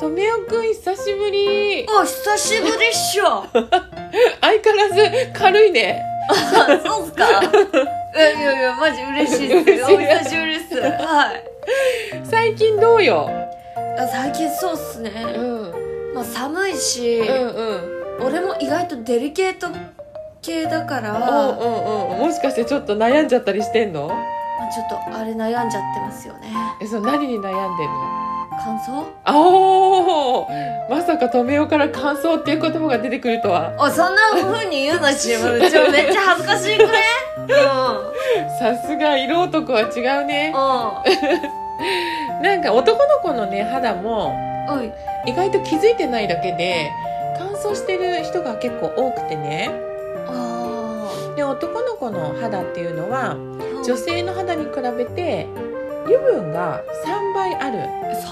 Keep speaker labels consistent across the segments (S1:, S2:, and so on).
S1: 梅尾くん久しぶり
S2: お久しぶりっしょ
S1: 相変わらず軽いね
S2: そうっすかいやいやいやマジ嬉しいっすよお
S1: 嬉しい
S2: 久しぶりっすはい
S1: 最近どうよ、
S2: あ最近そうっすね、
S1: ん、うん
S2: まあ寒いし、
S1: うん
S2: 俺も意外とデリケート系だから、
S1: おう
S2: ま
S1: うんうんもしかしてちょっと悩んじゃったりしてんの
S2: あ、ちょっとあれ悩んじゃってますよね
S1: えその何に悩んでんの
S2: 感想
S1: あおーまさか留尾から感想っていう言葉が出てくるとは
S2: おそんな風に言うなしもうちょめっちゃ恥ずかしいくねう
S1: さすが色男は違うね
S2: ん
S1: なんか男の子のね肌も
S2: うんおい
S1: 意外と気づいてないだけで乾燥してる人が結構多くてね
S2: あ
S1: で男の子の肌っていうのは
S2: ー
S1: 女性の肌に比べて油分が3倍ある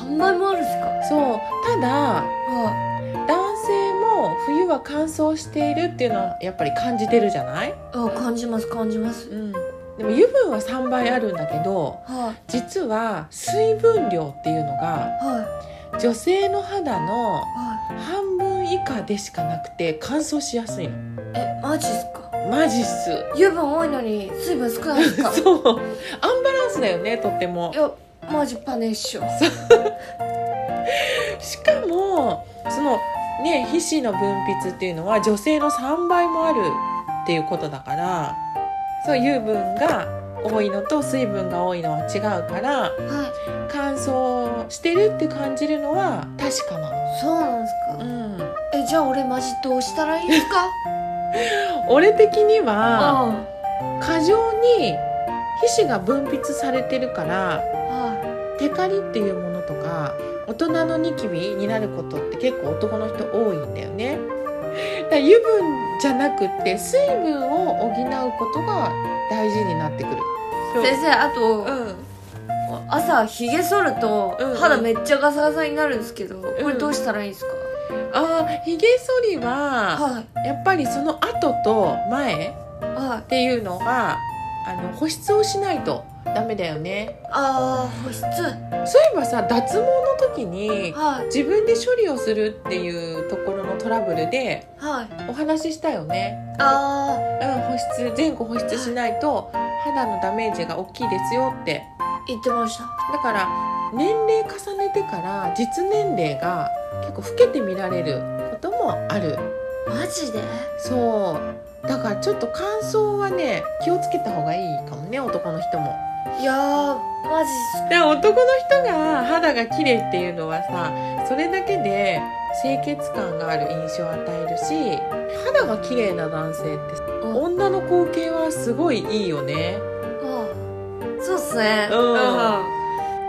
S2: 三倍もあるっすか
S1: そうただ
S2: は
S1: 男性も冬は乾燥しているっていうのはやっぱり感じてるじゃない、
S2: いあ感じます感じます
S1: うん、でも油分は3倍あるんだけど
S2: は
S1: 実は水分量っていうのが
S2: いはい
S1: 女性の肌の
S2: は
S1: 半分以下でしかなくて乾燥しやすいの
S2: いえマジっすか
S1: マジっす
S2: 油分多いのに水分少ないっすかい
S1: そうアンバランスだよねとっても
S2: やマジパネっしょ
S1: しかもそのね皮脂の分泌っていうのは女性の3倍もあるっていうことだからそう油分が多いのと水分が多いのは違うから
S2: はい
S1: 乾燥してるって感じるのは確かなの。
S2: そうなんす
S1: う
S2: か
S1: ん、
S2: えじゃあ俺マジどうしたらいいんすか
S1: 俺的には
S2: うん
S1: 過剰に皮脂が分泌されてるから
S2: は
S1: テカリっていうものとか大人のニキビになることって結構男の人多いんだよねだから油分じゃなくって水分を補うことが大事になってくる
S2: い先生あと、
S1: うん
S2: 朝ひげ剃ると
S1: うんうん
S2: 肌めっちゃガサガサになるんですけど、これどうしたらいいんですか、
S1: あーひげ剃りは
S2: はい
S1: やっぱりその後と前
S2: はい
S1: っていうのがあの保湿をしないとダメだよね
S2: あー保湿
S1: そういえばさ脱毛の時に
S2: はい
S1: 自分で処理をするっていうところのトラブルで
S2: はい
S1: お話ししたよね
S2: あ
S1: うん、保湿前後保湿しないと肌のダメージが大きいですよって
S2: ー言ってました
S1: だから年齢重ねてから実年齢が結構老けて見られることもある
S2: マジで
S1: そうだからちょっと乾燥はね気をつけた方がいいかもね男の人も
S2: いやーマジっ
S1: で男の人が肌が綺麗っていうのはさそれだけで清潔感がある印象を与えるし肌が綺麗な男性って
S2: すお
S1: 女の光景はすごいいいよね
S2: まあそうっすね
S1: うん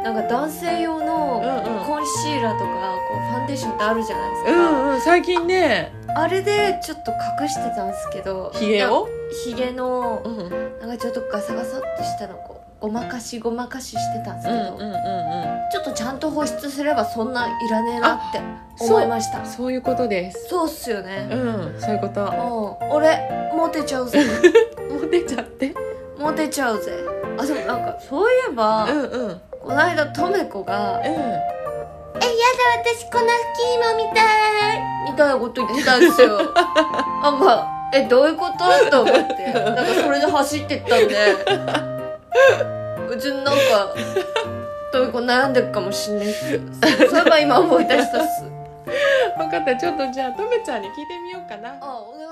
S2: なんか男性用
S1: う
S2: の
S1: んうん
S2: コンシーラーとかこうファンデーションってあるじゃないです
S1: う
S2: か、
S1: んうん最近ね
S2: あれでちょっと隠してたんですけど
S1: ひげを
S2: ヒゲの
S1: うんうんうん
S2: なんかちょっとガサガサってしたのこうごまかしごまかししてたんですけど、
S1: うんうん
S2: ちょっとちゃんと保湿すればそんないらねえなって
S1: そ
S2: 思いうましたそ
S1: そういうことです
S2: うっすよ
S1: う
S2: ね、
S1: んそういうこと
S2: もう俺モテちゃうぜ
S1: モテちゃって
S2: モテちゃうぜあでもなんかそういえば、
S1: うんうんうん
S2: この間とめこが「えやだ私粉吹き芋みたい」みたいなこと言ってたんです よあまあえどういうことと思ってなんかそれで走ってったんでうちのなんかとめこ悩んでるかもしんないっすそうそういえば今思い出したっす
S1: 分かったちょっとじゃあとめちゃんに聞いてみようかな
S2: あお願いします